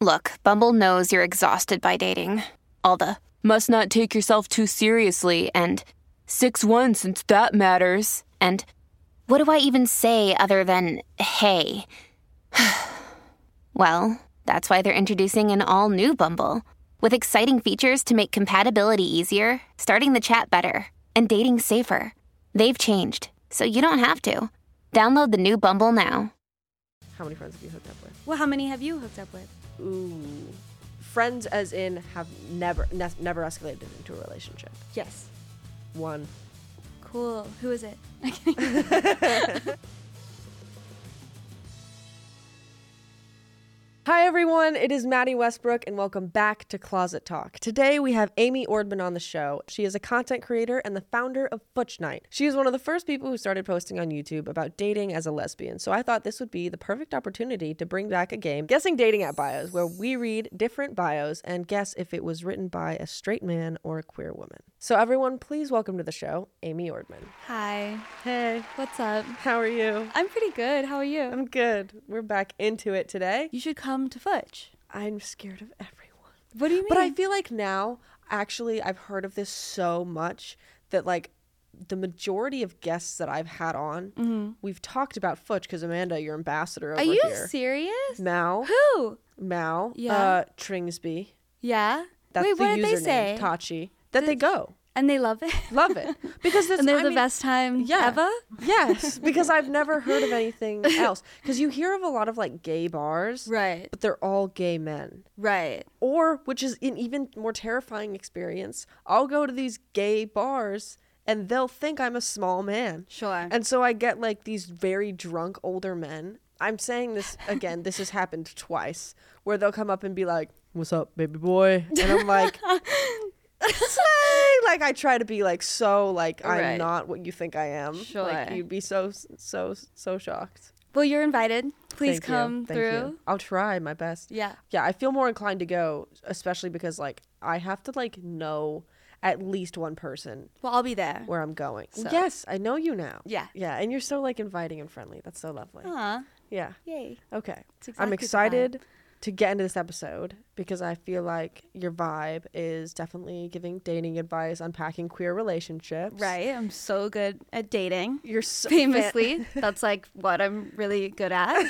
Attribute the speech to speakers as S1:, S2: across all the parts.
S1: Look, Bumble knows you're exhausted by dating. All the must not take yourself too seriously and 6 1 since that matters. And what do I even say other than hey? well, that's why they're introducing an all new Bumble with exciting features to make compatibility easier, starting the chat better, and dating safer. They've changed, so you don't have to. Download the new Bumble now.
S2: How many friends have you hooked up with?
S3: Well, how many have you hooked up with?
S2: Ooh. Friends as in have never ne- never escalated into a relationship.
S3: Yes.
S2: One.
S3: Cool. Who is it?
S2: Hi everyone, it is Maddie Westbrook and welcome back to Closet Talk. Today we have Amy Ordman on the show. She is a content creator and the founder of Butch Night. She is one of the first people who started posting on YouTube about dating as a lesbian, so I thought this would be the perfect opportunity to bring back a game, Guessing Dating at Bios, where we read different bios and guess if it was written by a straight man or a queer woman. So everyone, please welcome to the show Amy Ordman.
S3: Hi.
S2: Hey, Um,
S3: What's up?
S2: how are you?
S3: I'm pretty good. How are you?
S2: I'm good. We're back into it today.
S3: you should come to Fudge.
S2: I'm scared of everyone.
S3: What do you mean?
S2: But I feel like now, actually, I've heard of this so much that like the majority of guests that I've had on,
S3: Mm-hmm.
S2: we've talked about Futch because Amanda, your ambassador over
S3: Are you
S2: here,
S3: serious?
S2: Mao,
S3: Who?
S2: Mao,
S3: Yeah.
S2: uh, Tringsby.
S3: Yeah.
S2: That's
S3: Wait,
S2: the
S3: what did they
S2: username,
S3: say?
S2: Tachi. That they go
S3: and they love it.
S2: love it because this,
S3: and they're
S2: I
S3: the
S2: mean,
S3: best time
S2: yeah.
S3: ever.
S2: Yes, because I've never heard of anything else. Because you hear of a lot of like gay bars,
S3: Right.
S2: but they're all gay men.
S3: Right.
S2: or which is an even more terrifying experience i'll go to these gay bars and they'll think i'm a small man
S3: Sure.
S2: and so i get like these very drunk older men i'm saying this again this has happened twice where they'll come up and be like what's up baby boy and i'm like "Slay!" like i try to be like so like i'm
S3: Right.
S2: not what you think i am like
S3: Sure.
S2: you'd be so so so shocked
S3: well, you're invited. Please
S2: Thank you.
S3: come
S2: Thank you.
S3: through.
S2: i'll try my best
S3: Yeah.
S2: yeah i feel more inclined to go especially because like i have to like know at least one person
S3: Well, I'll be there.
S2: where i'm going
S3: So-
S2: yes i know you now
S3: Yeah.
S2: yeah and you're so like inviting and friendly that's so lovely
S3: Aw.
S2: yeah
S3: Yay.
S2: okay
S3: It's exactly
S2: i'm
S3: the vibe.
S2: excited to get into this episode because i feel like your vibe is definitely giving dating advice unpacking queer relationships
S3: Right. I'm so good at dating.
S2: you're so
S3: Famously, that's like what I'm really good at.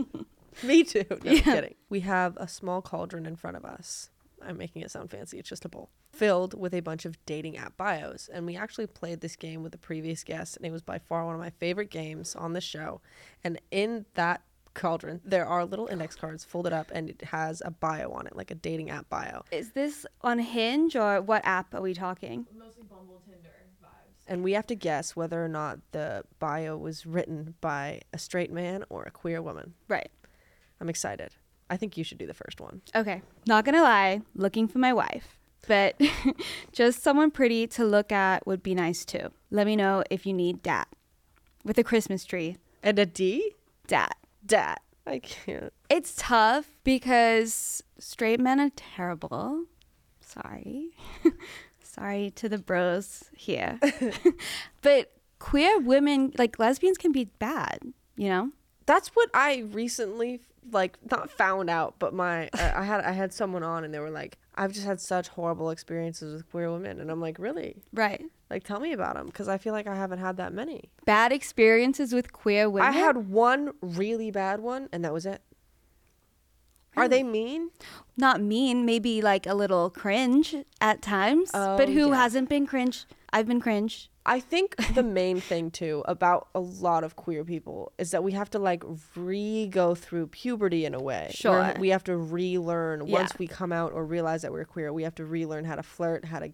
S2: me too no I'm kidding we have a small cauldron in front of us i'm making it sound fancy it's just a bowl filled with a bunch of dating app bios and we actually played this game with the previous guest and it was by far one of my favorite games on the show and in that cauldron there are little index cards folded up and it has a bio on it like a dating app bio
S3: Is this on Hinge or what app are we talking?
S2: and we have to guess whether or not the bio was written by a straight man or a queer woman
S3: Right.
S2: i'm excited i think you should do the first one
S3: Okay. Not gonna lie, looking for my wife. But just someone pretty to look at would be nice too. Let me know if you need dat. With a Christmas tree,
S2: and a d
S3: dat.
S2: dat i can't
S3: It's tough because straight men are terrible. Sorry. Sorry to the bros here. but queer women, like lesbians, can be bad, you know?
S2: That's what I recently like not found out, but my I I had I had someone on and they were like, I've just had such horrible experiences with queer women, and I'm like, really?
S3: Right.
S2: Like, tell me about them because I feel like I haven't had that many.
S3: Bad experiences with queer women.
S2: I had one really bad one, and that was it. Are they mean?
S3: not mean, maybe like a little cringe at times.
S2: Oh,
S3: but who
S2: yeah.
S3: hasn't been cringe? I've been cringe.
S2: I think the main thing too about a lot of queer people is that we have to like re go through puberty in a way. where
S3: Sure.
S2: We have to relearn
S3: Yeah.
S2: once we come out or realize that we're queer. We have to relearn how to flirt, how to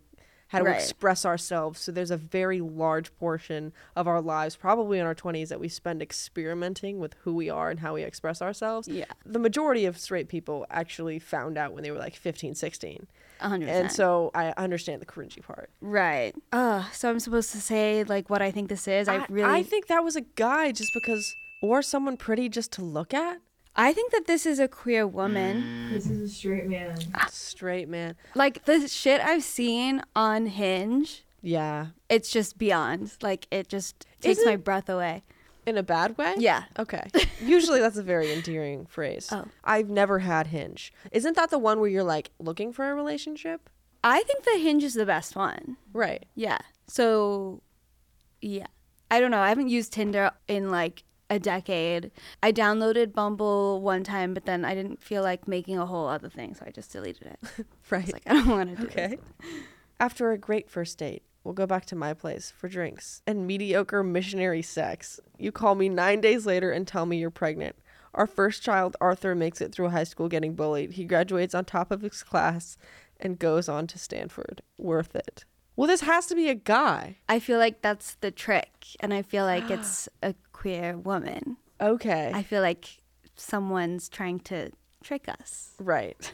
S2: how to
S3: Right.
S2: express ourselves. So there's a very large portion of our lives, probably in our 20s, that we spend experimenting with who we are and how we express ourselves.
S3: Yeah.
S2: The majority of straight people actually found out when they were like 15, 16.
S3: 100%.
S2: And so I understand the cringy part.
S3: right. Uh, so I'm supposed to say like what I think this is. I, really
S2: I think that was a guy just because, or someone pretty just to look at.
S3: I think that this is a queer
S2: Mm.
S3: woman.
S4: This is a straight man.
S3: Ah.
S2: Straight man.
S3: Like the shit I've seen on Hinge,
S2: Yeah.
S3: it's just beyond. Like it just takes
S2: Isn't-
S3: my breath away.
S2: In a bad way?
S3: Yeah.
S2: Okay. Usually that's a very endearing phrase.
S3: Oh.
S2: I've never had Hinge. Isn't that the one where you're like looking for a relationship?
S3: I think the hinge is the best one.
S2: Right.
S3: Yeah. So, yeah. I don't know. I haven't used Tinder in like a decade. I downloaded Bumble one time, but then I didn't feel like making a whole other thing, so I just deleted it.
S2: Right.
S3: It's like I don't want to do okay.
S2: okay. After a great first date, we'll go back to my place for drinks and mediocre missionary sex. You call me nine days later and tell me you're pregnant. Our first child, Arthur, makes it through high school getting bullied. He graduates on top of his class and goes on to Stanford. Worth it. Well, this has to be a guy.
S3: I feel like that's the trick, and I feel like it's a queer woman.
S2: Okay.
S3: I feel like someone's trying to trick us.
S2: Right.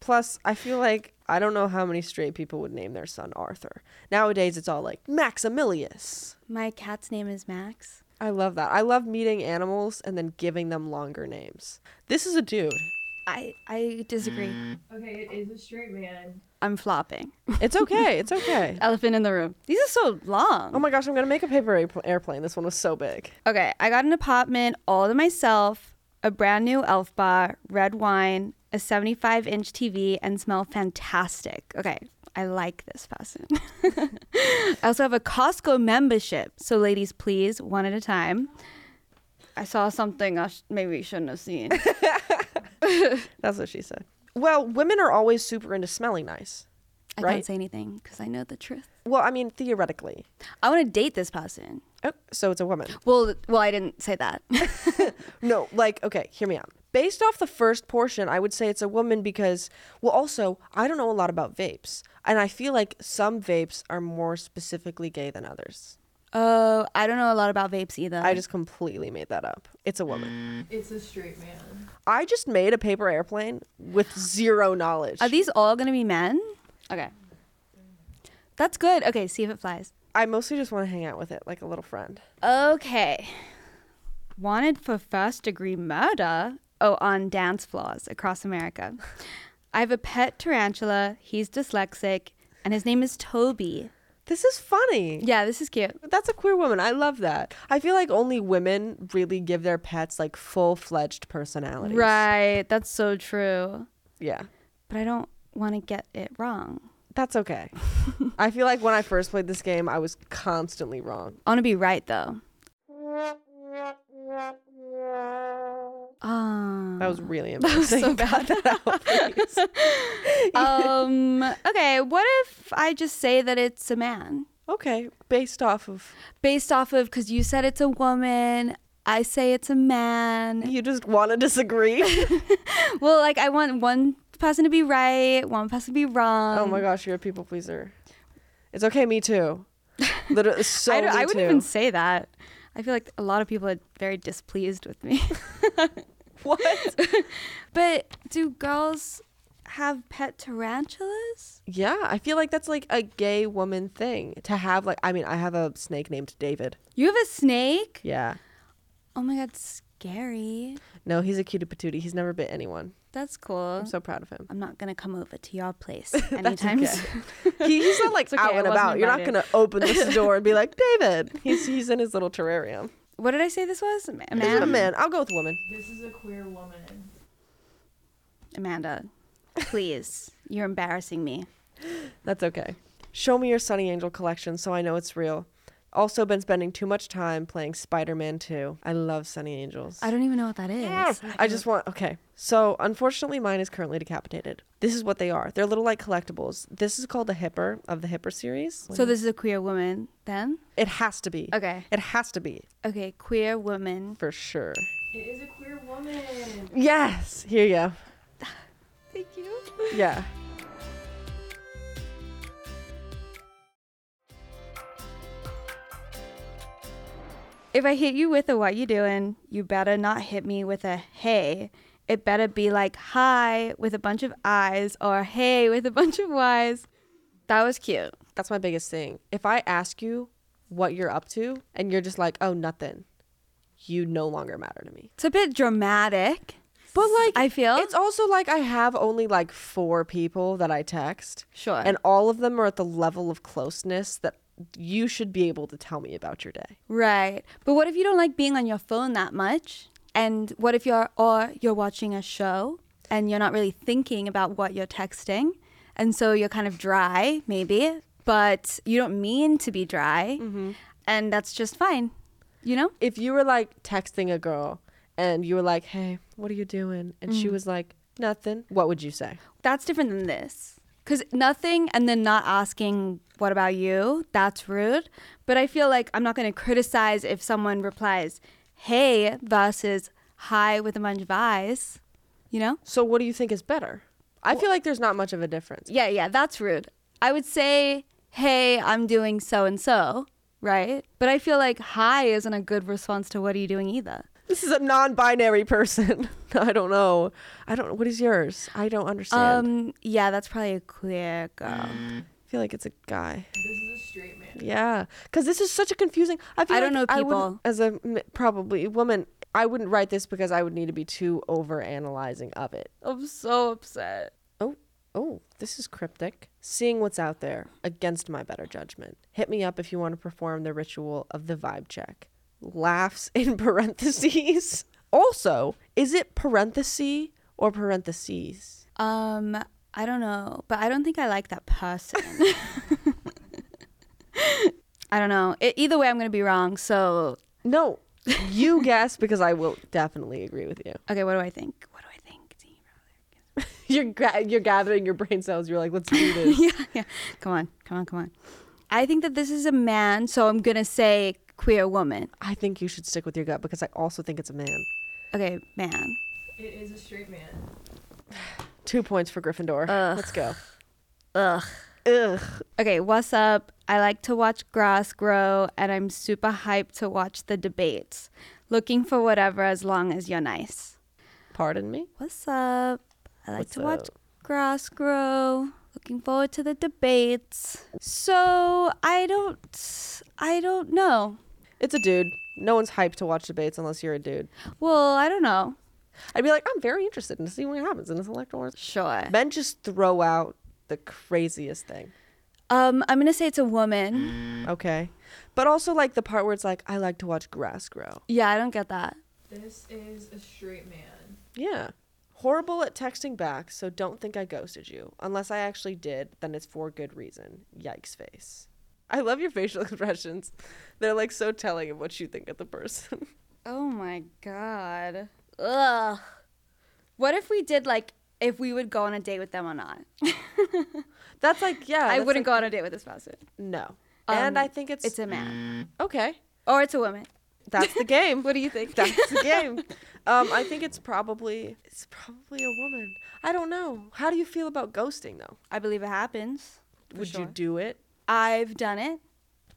S2: Plus, I feel like I don't know how many straight people would name their son Arthur. Nowadays, it's all like Maximilius.
S3: My cat's name is Max.
S2: I love that. I love meeting animals and then giving them longer names. This is a dude.
S3: I I disagree.
S4: Okay, it is a straight man.
S3: I'm flopping.
S2: It's okay. It's okay.
S3: Elephant in the room. These are so long.
S2: Oh my gosh, I'm going to make a paper airpl- airplane. This one was so big.
S3: Okay, I got an apartment all to myself, a brand new elf bar, red wine, a 75 inch TV, and smell fantastic. Okay, I like this person. I also have a Costco membership. So, ladies, please, one at a time. I saw something I sh- maybe shouldn't have seen.
S2: That's what she said. Well, women are always super into smelling nice.
S3: I
S2: Right.
S3: can't say anything because I know the truth.
S2: Well, I mean, theoretically.
S3: I want to date this person.
S2: Oh, so it's a woman.
S3: Well, th- well, I didn't say that.
S2: No, like, okay, hear me out. Based off the first portion, I would say it's a woman because, well, also, I don't know a lot about vapes. And I feel like some vapes are more specifically gay than others.
S3: Oh, I don't know a lot about vapes either.
S2: I just completely made that up. It's a woman.
S4: It's a straight man.
S2: I just made a paper airplane with zero knowledge.
S3: Are these all going to be men? Okay. That's good. Okay, see if it flies.
S2: I mostly just want to hang out with it like a little friend.
S3: Okay. Wanted for first degree murder? Oh, on dance floors across America. I have a pet tarantula. He's dyslexic, and his name is Toby.
S2: This is funny.
S3: Yeah, this is cute.
S2: That's a queer woman. I love that. I feel like only women really give their pets like full fledged personalities.
S3: Right. That's so true.
S2: Yeah.
S3: But I don't want to get it wrong.
S2: That's okay. I feel like when I first played this game, I was constantly wrong.
S3: I want to be right, though. Um,
S2: That was really embarrassing.
S3: so
S2: Cut
S3: bad.
S2: that out, please.
S3: um okay what if i just say that it's a man
S2: okay, based off of
S3: based off of because you said it's a woman i say it's a man
S2: you just want to disagree.
S3: well like i want one person to be right one person to be wrong
S2: oh my gosh, you're a people pleaser. It's okay, me too. Literally, so
S3: i, don't-
S2: me
S3: I wouldn't
S2: too.
S3: even say that i feel like a lot of people are very displeased with me
S2: what?
S3: but do girls have pet tarantulas
S2: Yeah, I feel like that's like a gay woman thing to have. Like, I mean, I have a snake named David.
S3: you have a snake
S2: Yeah.
S3: oh my god scary
S2: No, he's a cutie patootie. He's never bit anyone.
S3: that's cool
S2: I'm so proud of him.
S3: I'm not gonna come over to your place anytime
S2: okay.
S3: soon.
S2: He, he's not like
S3: It's okay,
S2: out
S3: I
S2: and
S3: wasn't
S2: about. You're not
S3: invited.
S2: gonna open this door and be like, David. He's he's in his little terrarium.
S3: What did I say this was? Am-
S2: Is it a
S3: Amanda?
S2: man? I'll go with woman.
S4: This is a queer woman.
S3: Amanda, please. You're embarrassing me.
S2: That's okay. Show me your Sunny Angel collection so I know it's real. Also been spending too much time playing Spider-Man 2. I love Sunny Angels.
S3: I don't even know what that is.
S2: I just want okay. So unfortunately, mine is currently decapitated. This is what they are. They're little like collectibles. This is called the Hipper of the Hipper series.
S3: So this is a queer woman then?
S2: it has to be.
S3: Okay.
S2: It has to be
S3: Okay, queer woman.
S2: for sure.
S4: It is a queer woman.
S2: Yes. Here you go.
S3: Thank you.
S2: Yeah.
S3: If I hit you with a what you doing, you better not hit me with a hey. It better be like hi with a bunch of I's or hey with a bunch of Y's. That was cute.
S2: That's my biggest thing. If I ask you what you're up to and you're just like, "Oh, nothing." You no longer matter to me.
S3: It's a bit dramatic.
S2: But like
S3: I feel-
S2: it's also like I have only like four people that I text.
S3: Sure.
S2: And all of them are at the level of closeness that you should be able to tell me about your day.
S3: Right. But what if you don't like being on your phone that much? And what if you're or you're watching a show and you're not really thinking about what you're texting? And so you're kind of dry, maybe, but you don't mean to be dry. And that's just fine. You know?
S2: If you were like texting a girl and you were like, "Hey, what are you doing?" and she was like, "Nothing." Mm. What would you say?
S3: That's different than this. Cuz nothing and then not asking what about you? That's rude. But I feel like I'm not going to criticize if someone replies, "Hey" versus "Hi" with a bunch of eyes. You know?
S2: So what do you think is better? I feel like there's not much of a difference.
S3: Yeah, yeah, that's rude. I would say, hey, I'm doing so and so, right? But I feel like hi isn't a good response to what are you doing either.
S2: This is a non-binary person. I don't know. I don't. What is yours? I don't understand.
S3: Um, yeah, that's probably a queer girl.
S2: I feel like it's a guy.
S4: This is a straight man.
S2: Yeah, because this is such a confusing. I, feel
S3: I don't
S2: like
S3: know
S2: wouldn't-
S3: people.
S2: as a m- probably woman, I wouldn't write this because I would need to be too over analyzing of it.
S3: I'm so upset.
S2: Oh, oh, this is cryptic. Seeing what's out there against my better judgment. Hit me up if you want to perform the ritual of the vibe check. Laughs in parentheses. Also, is it parenthesis or parentheses?
S3: Um, I don't know, but I don't think I like that person. I don't know. E- either way, I'm gonna be wrong. So,
S2: No, you guess because I will definitely agree with you.
S3: okay, what do I think? What do I think?
S2: You're gra- you're gathering your brain cells. You're like, let's do this.
S3: yeah, yeah. Come on, come on, come on. I think that this is a man, so I'm gonna say queer woman.
S2: I think you should stick with your gut because I also think it's a man.
S3: Okay, man.
S4: It is a straight man.
S2: Two points for Gryffindor. Let's go.
S3: Ugh.
S2: Ugh.
S3: Okay, what's up? I like to watch grass grow, and I'm super hyped to watch the debates. Looking for whatever as long as you're nice.
S2: Pardon me.
S3: What's up? I like
S2: What's
S3: to watch
S2: up?
S3: grass grow. Looking forward to the debates. So I don't, I don't know.
S2: It's a dude. No one's hyped to watch debates unless you're a dude.
S3: Well, I don't know.
S2: I'd be like, I'm very interested in seeing what happens in this electoral.
S3: Sure.
S2: Men just throw out the craziest thing.
S3: Um, I'm gonna say it's a woman.
S2: Okay, but also like the part where it's like, I like to watch grass grow.
S3: Yeah, I don't get that.
S4: This is a straight man.
S2: Yeah. Horrible at texting back, so don't think I ghosted you. Unless I actually did, then it's for good reason. Yikes face. I love your facial expressions. They're like so telling of what you think of the person.
S3: Oh my god. Ugh. What if we did like if we would go on a date with them or not?
S2: That's like yeah.
S3: I
S2: that's
S3: wouldn't
S2: like-
S3: go on a date with this person.
S2: No.
S3: Um,
S2: and I think it's,
S3: It's a man
S2: okay.
S3: or it's a woman.
S2: That's the game.
S3: What do you think?
S2: That's the game. Um, I think it's probably it's probably a woman. I don't know. How do you feel about ghosting though?
S3: I believe it happens. for
S2: Would
S3: sure.
S2: you do it?
S3: I've done it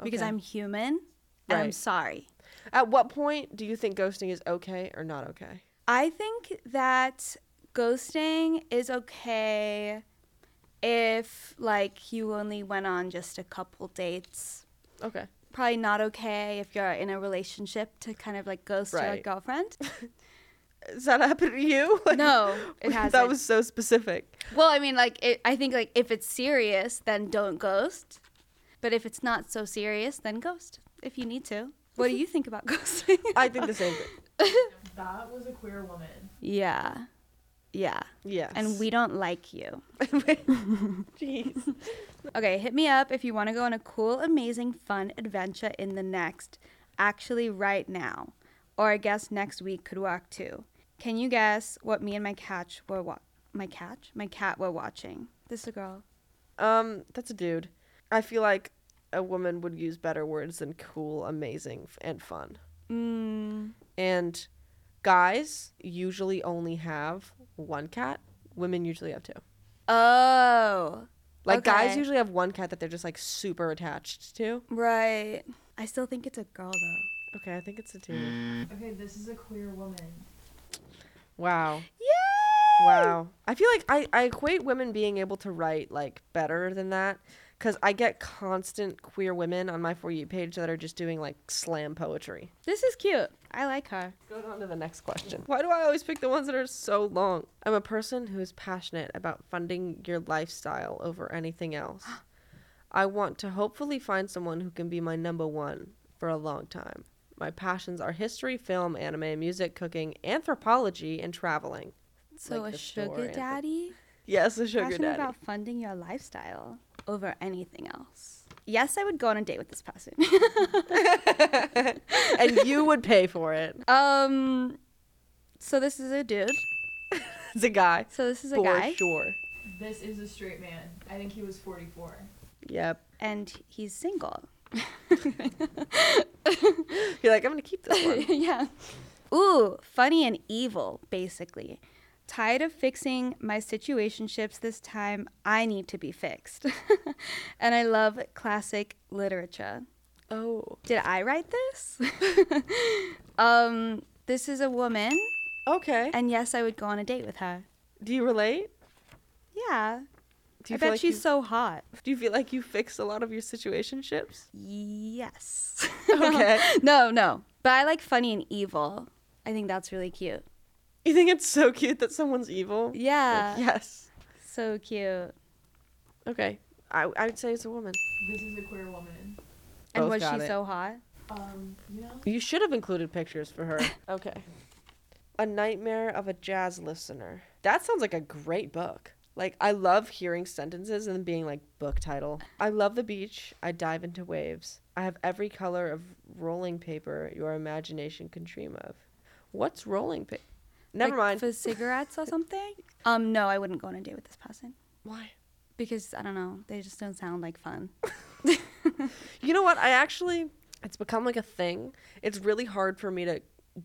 S3: because
S2: Okay.
S3: I'm human and I'm
S2: Right.
S3: sorry.
S2: At what point do you think ghosting is okay or not okay?
S3: I think that ghosting is okay if like you only went on just a couple dates
S2: Okay.
S3: probably not okay if you're in a relationship to kind of like ghost your
S2: Right.
S3: girlfriend.
S2: Does that happen to you? Like,
S3: No, it hasn't.
S2: That was so specific.
S3: well, I mean, like it, I think like if it's serious, then don't ghost. But if it's not so serious, then ghost if you need to. What do you think about ghosting?
S2: I think the same thing.
S4: That was a queer woman.
S3: yeah, yeah,
S2: Yes.
S3: and we don't like you.
S2: Jeez.
S3: Okay, hit me up if you want to go on a cool, amazing, fun adventure in the next, actually right now, or I guess next week could work too. Can you guess what me and my catch were wa- my catch my cat were watching? This is a girl.
S2: Um, that's a dude. I feel like a woman would use better words than cool, amazing, f- and fun.
S3: Mm,
S2: And guys usually only have one cat. Women usually have two.
S3: oh,
S2: Like guys
S3: Okay.
S2: usually have one cat that they're just like super attached to.
S3: right. I still think it's a girl though.
S2: Okay, I think it's a dude.
S4: Okay, this is a queer woman.
S2: Wow.
S3: Yeah.
S2: Wow. I feel like I, I equate women being able to write like better than that because I get constant queer women on my For You page that are just doing like slam poetry.
S3: This is cute. I like her.
S2: Go on to the next question. Why do I always pick the ones that are so long? I'm a person who is passionate about funding your lifestyle over anything else. I want to hopefully find someone who can be my number one for a long time. My passions are history, film, anime, music, cooking, anthropology, and traveling.
S3: So
S2: Like
S3: a
S2: the store
S3: sugar
S2: and the-
S3: daddy,
S2: Yes, a sugar
S3: passionate
S2: daddy.
S3: about funding your lifestyle over anything else. Yes, I would go on a date with this person.
S2: and you would pay for it.
S3: um, so this is a dude.
S2: It's a guy.
S3: So this is a
S2: for
S3: guy,
S2: sure.
S4: This is a straight man. I think he was 44.
S2: Yep.
S3: and he's single.
S2: You're like, I'm gonna keep this one.
S3: yeah. Ooh, funny and evil, basically. Tired of fixing my situationships this time, I need to be fixed. and I love classic literature.
S2: oh.
S3: Did I write this? um, this is a woman,
S2: Okay.
S3: and yes, I would go on a date with her.
S2: Do you relate?
S3: Yeah.
S2: Do you
S3: I
S2: feel
S3: bet
S2: like
S3: she's
S2: you-
S3: so hot.
S2: Do you feel like you fixed a lot of your situationships?
S3: Yes.
S2: Okay.
S3: no, no. But I like funny and evil. I think that's really cute.
S2: You think it's so cute that someone's evil? Like,
S3: Yeah.
S2: yes.
S3: So cute.
S2: Okay. I, I would say it's a woman.
S4: This is a queer woman.
S3: And
S2: Both
S3: was she
S2: got it.
S3: so hot?
S4: Um, you know,
S2: You should have included pictures for her. okay. A Nightmare of a Jazz Listener. That sounds like a great book. Like, I love hearing sentences and being like, book title. I love the beach. I dive into waves. I have every color of rolling paper your imagination can dream of. What's rolling paper? Never
S3: Like,
S2: mind.
S3: For cigarettes or something? Um, no, I wouldn't go on a date with this person
S2: Why?
S3: because I don't know. They just don't sound like fun.
S2: You know what? I actually, it's become like a thing. It's really hard for me to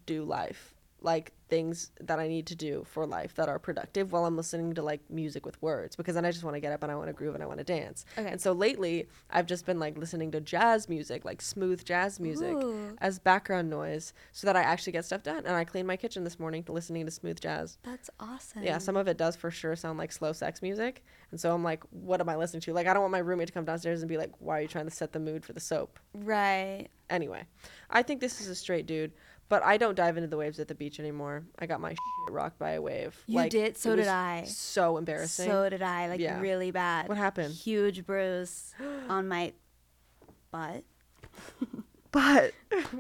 S2: do life, like things that I need to do for life that are productive while I'm listening to like music with words because then I just want to get up and I want to groove and I want to dance.
S3: Okay.
S2: And so lately, I've just been like listening to jazz music, like smooth jazz music
S3: Ooh.
S2: as background noise so that I actually get stuff done. And I cleaned my kitchen this morning to listening to smooth jazz.
S3: That's awesome.
S2: Yeah, some of it does for sure sound like slow sex music. And so I'm like, what am I listening to? Like, I don't want my roommate to come downstairs and be like, why are you trying to set the mood for the soap?
S3: right.
S2: Anyway, I think this is a straight dude, but I don't dive into the waves at the beach anymore. I got my shit rocked by a wave.
S3: You did? So
S2: it
S3: did
S2: was
S3: I.
S2: So embarrassing.
S3: So did I, like
S2: Yeah.
S3: really bad.
S2: What happened?
S3: Huge bruise on my butt.
S2: but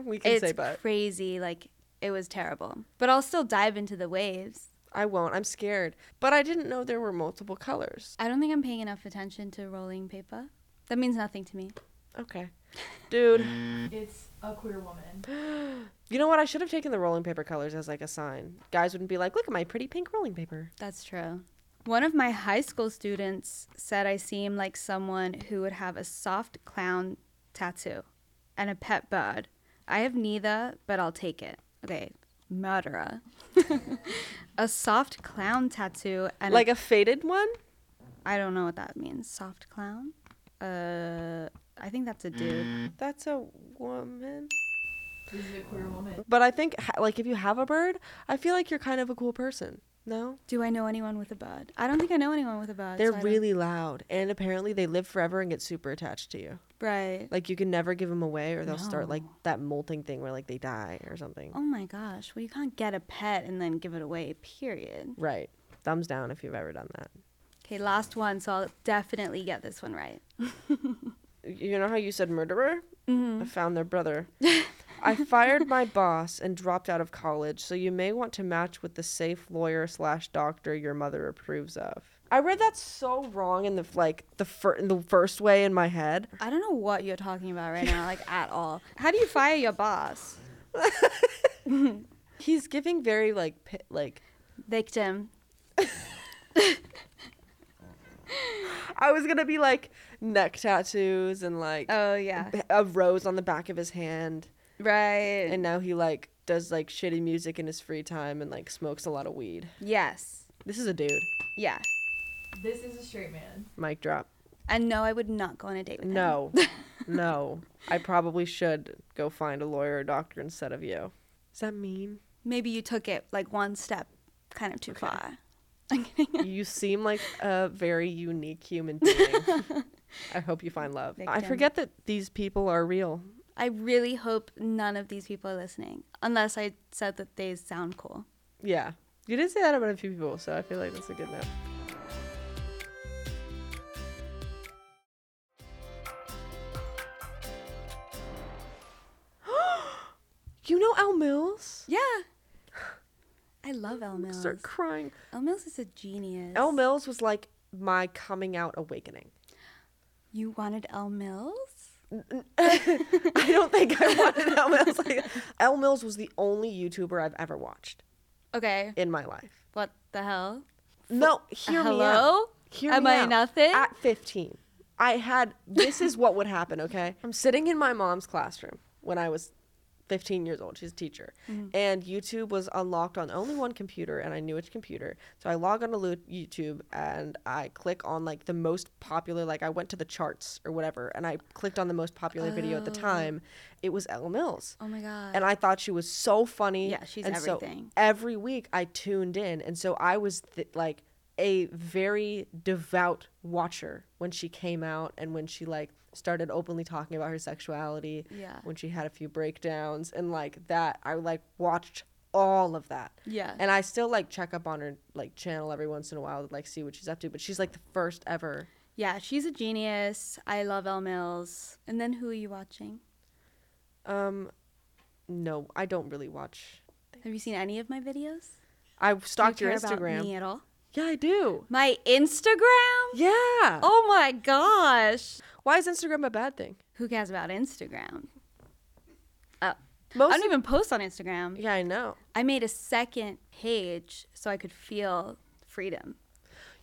S2: we can
S3: it's
S2: say but.
S3: crazy. Like it was terrible. But I'll still dive into the waves.
S2: I won't. I'm scared. But I didn't know there were multiple colors.
S3: I don't think I'm paying enough attention to rolling paper. That means nothing to me.
S2: Okay. Dude,
S4: it's a queer woman.
S2: you know what? I should have taken the rolling paper colors as like a sign. Guys wouldn't be like, "Look at my pretty pink rolling paper."
S3: That's true. One of my high school students said I seem like someone who would have a soft clown tattoo and a pet bird. I have neither, but I'll take it. Okay, murderer. a soft clown tattoo and
S2: like
S3: I
S2: a faded one?
S3: I don't know what that means. Soft clown? Uh, I think that's a dude.
S2: That's a woman.
S4: This is a queer woman.
S2: But I think ha- like if you have a bird, I feel like you're kind of a cool person. No?
S3: Do I know anyone with a bird? I don't think I know anyone with a bird.
S2: They're
S3: so I don't-
S2: really loud, and apparently they live forever and get super attached to you.
S3: right.
S2: Like you can never give them away, or they'll start like
S3: No.
S2: that molting thing where like they die or something.
S3: Oh my gosh. Well, you can't get a pet and then give it away. Period.
S2: Right. Thumbs down if you've ever done that.
S3: Okay, last one. So I'll definitely get this one right.
S2: You know how you said murderer? I found their brother. I fired my boss and dropped out of college, so you may want to match with the safe lawyer slash doctor your mother approves of. I read that so wrong in the like the fir- in the first way in my head.
S3: I don't know what you're talking about right now, like at all. How do you fire your boss?
S2: He's giving very like pi- like
S3: Victim.
S2: I was gonna be like neck tattoos and like
S3: Oh yeah.
S2: a rose on the back of his hand,
S3: Right.
S2: and now he like does like shitty music in his free time and like smokes a lot of weed.
S3: yes.
S2: This is a dude.
S3: Yeah.
S4: This is a straight man.
S2: Mic drop.
S3: And no, I would not go on a date with him.
S2: No, no. I probably should go find a lawyer or doctor instead of you. Is that mean?
S3: Maybe you took it like one step kind of too far.
S2: you seem like a very unique human being. I hope you find love. I
S3: Victim.
S2: forget that these people are real.
S3: I really hope none of these people are listening, unless I said that they sound cool.
S2: Yeah. You did say that about a few people, so I feel like that's a good note.
S3: love Elle Mills.
S2: Start crying.
S3: Elle Mills is a genius.
S2: Elle Mills was like my coming out awakening.
S3: You wanted Elle Mills?
S2: I don't think I wanted Elle Mills. Like, Elle Mills was the only YouTuber I've ever watched
S3: Okay.
S2: in my life.
S3: What the hell?
S2: No, hear me out.
S3: hello?
S2: Hear
S3: Am
S2: me
S3: I
S2: out.
S3: nothing?
S2: At 15, I had this is what would happen, okay? I'm sitting in my mom's classroom when I was 15 years old. She's a teacher.
S3: Mm-hmm.
S2: And YouTube was unlocked on only one computer, and I knew which computer. So I log on to Lu- YouTube and I click on like the most popular, like I went to the charts or whatever, and I clicked on the most popular video at the time. It was Ella Mills.
S3: Oh my god.
S2: and I thought she was so funny.
S3: Yeah, she's
S2: and so
S3: everything.
S2: every week I tuned in, and so I was th- like a very devout watcher when she came out and when she like started openly talking about her sexuality.
S3: Yeah.
S2: When she had a few breakdowns and like that, I like watched all of that.
S3: Yeah.
S2: And I still like check up on her like channel every once in a while to like see what she's up to. But she's like the first ever.
S3: yeah, she's a genius. I love Elle Mills. And then who are you watching?
S2: Um, no, I don't really watch.
S3: Have you seen any of my videos?
S2: I
S3: Do you
S2: stalked your
S3: care about me
S2: Instagram.
S3: at all?
S2: Yeah, I do.
S3: My Instagram?
S2: Yeah.
S3: Oh my gosh.
S2: Why is Instagram a bad thing?
S3: Who cares about Instagram? Oh.
S2: Most
S3: I don't even post on Instagram.
S2: yeah, I know.
S3: I made a second page so I could feel freedom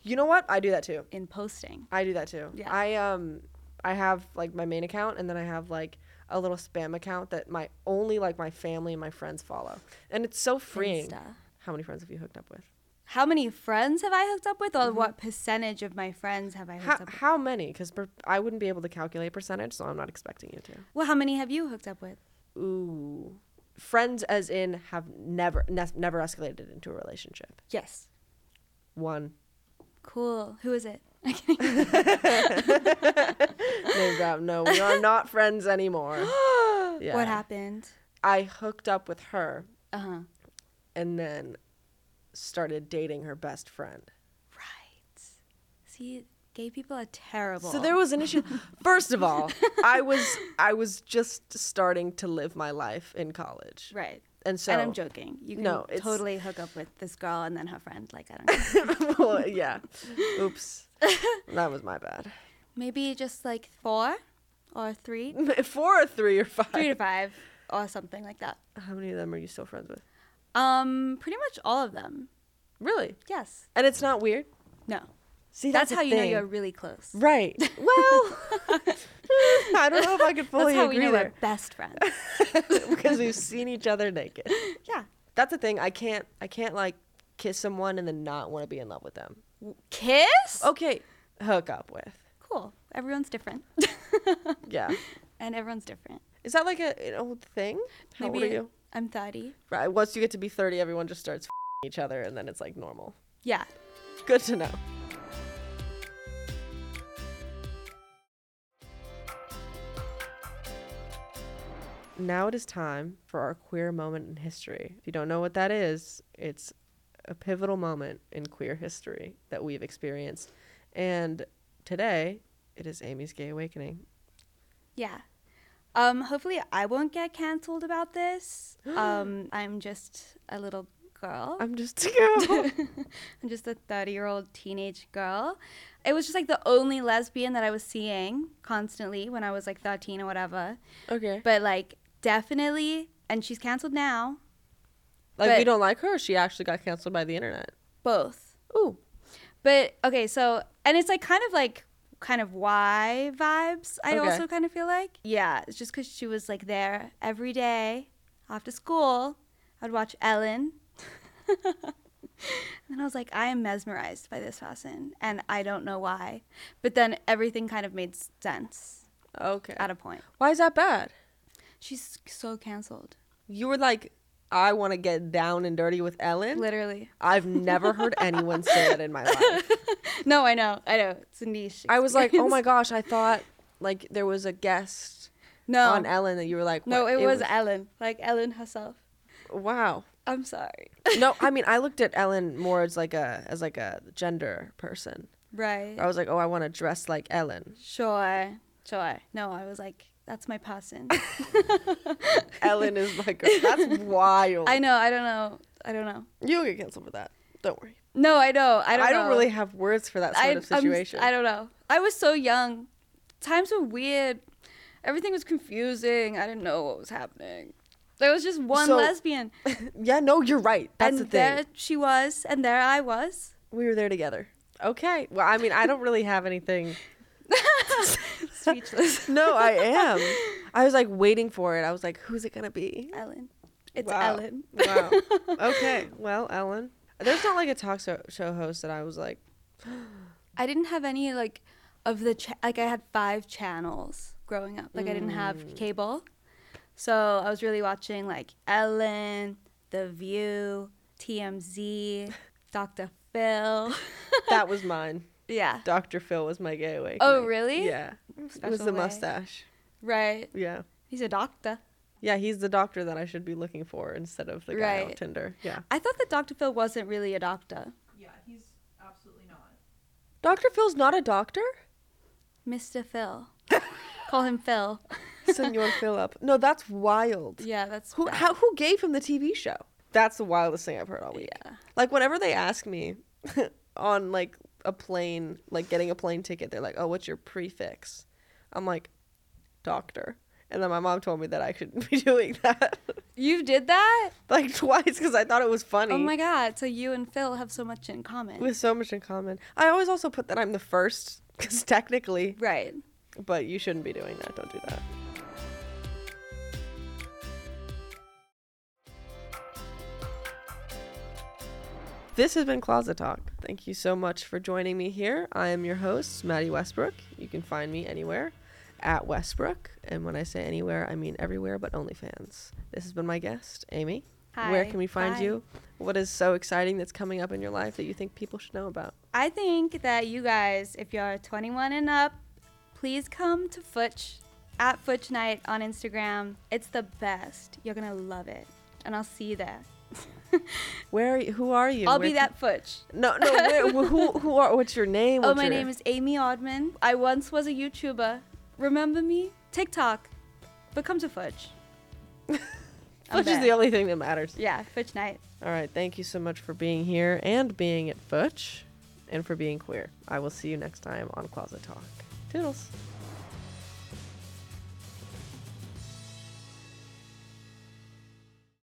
S2: You know what? I do that too.
S3: in posting.
S2: I do that too.
S3: Yeah.
S2: I um I have like my main account and then I have like a little spam account that my only like my family and my friends follow. And it's so freeing.
S3: Insta.
S2: How many friends have you hooked up with?
S3: How many friends have I hooked up with, or
S2: Mm-hmm.
S3: what percentage of my friends have I hooked
S2: How,
S3: up with?
S2: how many? Because I wouldn't be able to calculate percentage, so I'm not expecting you to.
S3: Well, how many have you hooked up with?
S2: Ooh, friends as in have never ne- never escalated into a relationship.
S3: Yes.
S2: One
S3: Cool. Who is it?
S2: name drop. No, we are not friends anymore. Yeah.
S3: What happened?
S2: I hooked up with her
S3: Uh huh.
S2: Uh-huh. and then started dating her best friend.
S3: Right. See, gay people are terrible.
S2: So there was an issue. First of all, I was I was just starting to live my life in college.
S3: right.
S2: And so
S3: and I'm joking. You can
S2: No, it's-
S3: totally hook up with this girl and then her friend. Like I don't know.
S2: well, yeah. Oops. That was my bad.
S3: Maybe just like four or three,
S2: Mm-hmm. Four or three or five.
S3: three to five or something like that.
S2: How many of them are you still friends with?
S3: Um, pretty much all of them.
S2: Really?
S3: Yes.
S2: And it's not weird.
S3: No.
S2: See, that's,
S3: That's,
S2: the
S3: how you know
S2: thing.
S3: you're really close.
S2: right. Well, I don't know if I could fully
S3: That's how we
S2: agree
S3: know
S2: there
S3: we're best friends.
S2: because we've seen each other naked.
S3: yeah.
S2: That's the thing. I can't. I can't like kiss someone and then not want to be in love with them.
S3: Kiss?
S2: Okay, hook up with.
S3: Oh, Cool. Everyone's different.
S2: Yeah.
S3: and everyone's different.
S2: Is that like a, an old thing? How old are you?
S3: I'm 30.
S2: Right. Once you get to be 30, everyone just starts f***ing each other and then it's like normal.
S3: Yeah.
S2: Good to know. Now it is time for our queer moment in history. If you don't know what that is, it's a pivotal moment in queer history that we've experienced. And today, it is Amy's Gay Awakening.
S3: Yeah. Um, hopefully I won't get canceled about this. Um, I'm just a little girl.
S2: I'm just a girl.
S3: I'm just a 30 year old teenage girl. It was just like the only lesbian that I was seeing constantly when I was like 13 or whatever.
S2: okay.
S3: But like, definitely, and she's canceled now,
S2: Like, we
S3: But-
S2: don't like her. She actually got canceled by the internet.
S3: both.
S2: Ooh.
S3: But okay, so, and it's like kind of like, kind of why vibes, I
S2: Okay.
S3: also kind of feel like. Yeah, it's just because she was like there every day after school. I'd watch Ellen. And I was like, I am mesmerized by this person, and I don't know why. But then everything kind of made sense
S2: Okay.
S3: at a point.
S2: Why is that bad?
S3: She's so canceled.
S2: You were like, I want to get down and dirty with Ellen.
S3: Literally.
S2: I've never heard anyone say that in my life.
S3: No, I know. I know. It's a niche.
S2: I was like, oh
S3: experience.
S2: my gosh, I thought like there was a guest
S3: No.
S2: on Ellen that you were like,
S3: no,
S2: what?
S3: it, was, Ellen. Like Ellen herself.
S2: E-, wow.
S3: I'm sorry.
S2: No, I mean, I looked at Ellen more as like a as like a gender person.
S3: Right.
S2: I was like, oh, I want to dress like Ellen.
S3: Sure. Sure. No, I was like, that's my person.
S2: Ellen is my girl. That's wild.
S3: I know. I don't know. I don't know.
S2: You'll get canceled for that. Don't worry.
S3: No, I know. I
S2: I
S3: don't.
S2: don't,
S3: know.
S2: really have words for that sort
S3: I,
S2: of situation.
S3: I'm, I do not know. I was so young. Times were weird. Everything was confusing. I didn't know what was happening. There was just one
S2: So-
S3: lesbian,
S2: yeah, no, you're right. That's
S3: and
S2: the thing.
S3: there she was, and there I was.
S2: We were there together. Okay. Well, I mean, I don't really have anything.
S3: Speechless,
S2: No, I am. I was like waiting for it. I was like, who's it gonna be?
S3: Ellen. It's
S2: Wow.
S3: Ellen.
S2: Wow. Okay. Well, Ellen, there's not like a talk show show host that I was like,
S3: I didn't have any like of the cha- like I had five channels growing up. Like I didn't have cable, so I was really watching like Ellen, The View, TMZ, Dr. Phil.
S2: that was mine.
S3: yeah.
S2: Dr. Phil was my gay awakening.
S3: Oh, really?
S2: Yeah. it
S3: Special
S2: was the
S3: way.
S2: mustache.
S3: Right.
S2: Yeah.
S3: He's a doctor.
S2: Yeah, he's the doctor that I should be looking for instead of the guy on
S3: Right.
S2: Tinder. Yeah.
S3: I thought that Dr. Phil wasn't really a doctor.
S4: Yeah, he's absolutely not.
S2: Dr. Phil's not a doctor?
S3: Mr. Phil. Call him Phil.
S2: Senor Philip. No, that's wild.
S3: Yeah, that's
S2: Who
S3: bad.
S2: how, who gave him the TV show? That's the wildest thing I've heard all week.
S3: Yeah.
S2: Like whenever they ask me on like a plane, like getting a plane ticket, they're like, "Oh, what's your prefix?" I'm like, "Doctor." And then my mom told me that I shouldn't be doing that
S3: You did that?
S2: like twice because I thought it was funny.
S3: Oh my god. So you and Phil have so much in common.
S2: We have so much in common. I always also put that I'm the first because technically,
S3: right.
S2: but you shouldn't be doing that. Don't do that. This has been Closet Talk. Thank you so much for joining me here. I am your host, Maddie Westbrook. You can find me anywhere at Westbrook. And when I say anywhere, I mean everywhere but OnlyFans. This has been my guest, Amy. Where
S3: Hi.
S2: can we find
S3: Bye.
S2: you? What is so exciting that's coming up in your life that you think people should know about?
S3: I think that you guys, if you're 21 and up, please come to Futch at Futch Night on Instagram. It's the best. You're gonna love it. And I'll see you there.
S2: Where are you? Who are you?
S3: I'll
S2: Where
S3: be
S2: can-
S3: that Futch.
S2: No, no. Where, wh- who, who are? What's your name?
S3: Oh,
S2: What's
S3: my
S2: your-
S3: name is Amy Oddman. I once was a YouTuber. Remember me? TikTok. But come to Fudge. I'm
S2: Fudge is
S3: back.
S2: the only thing that matters.
S3: Yeah, Fudge Night.
S2: All right. Thank you so much for being here and being at Butch, and for being queer. I will see you next time on Closet Talk. Toodles.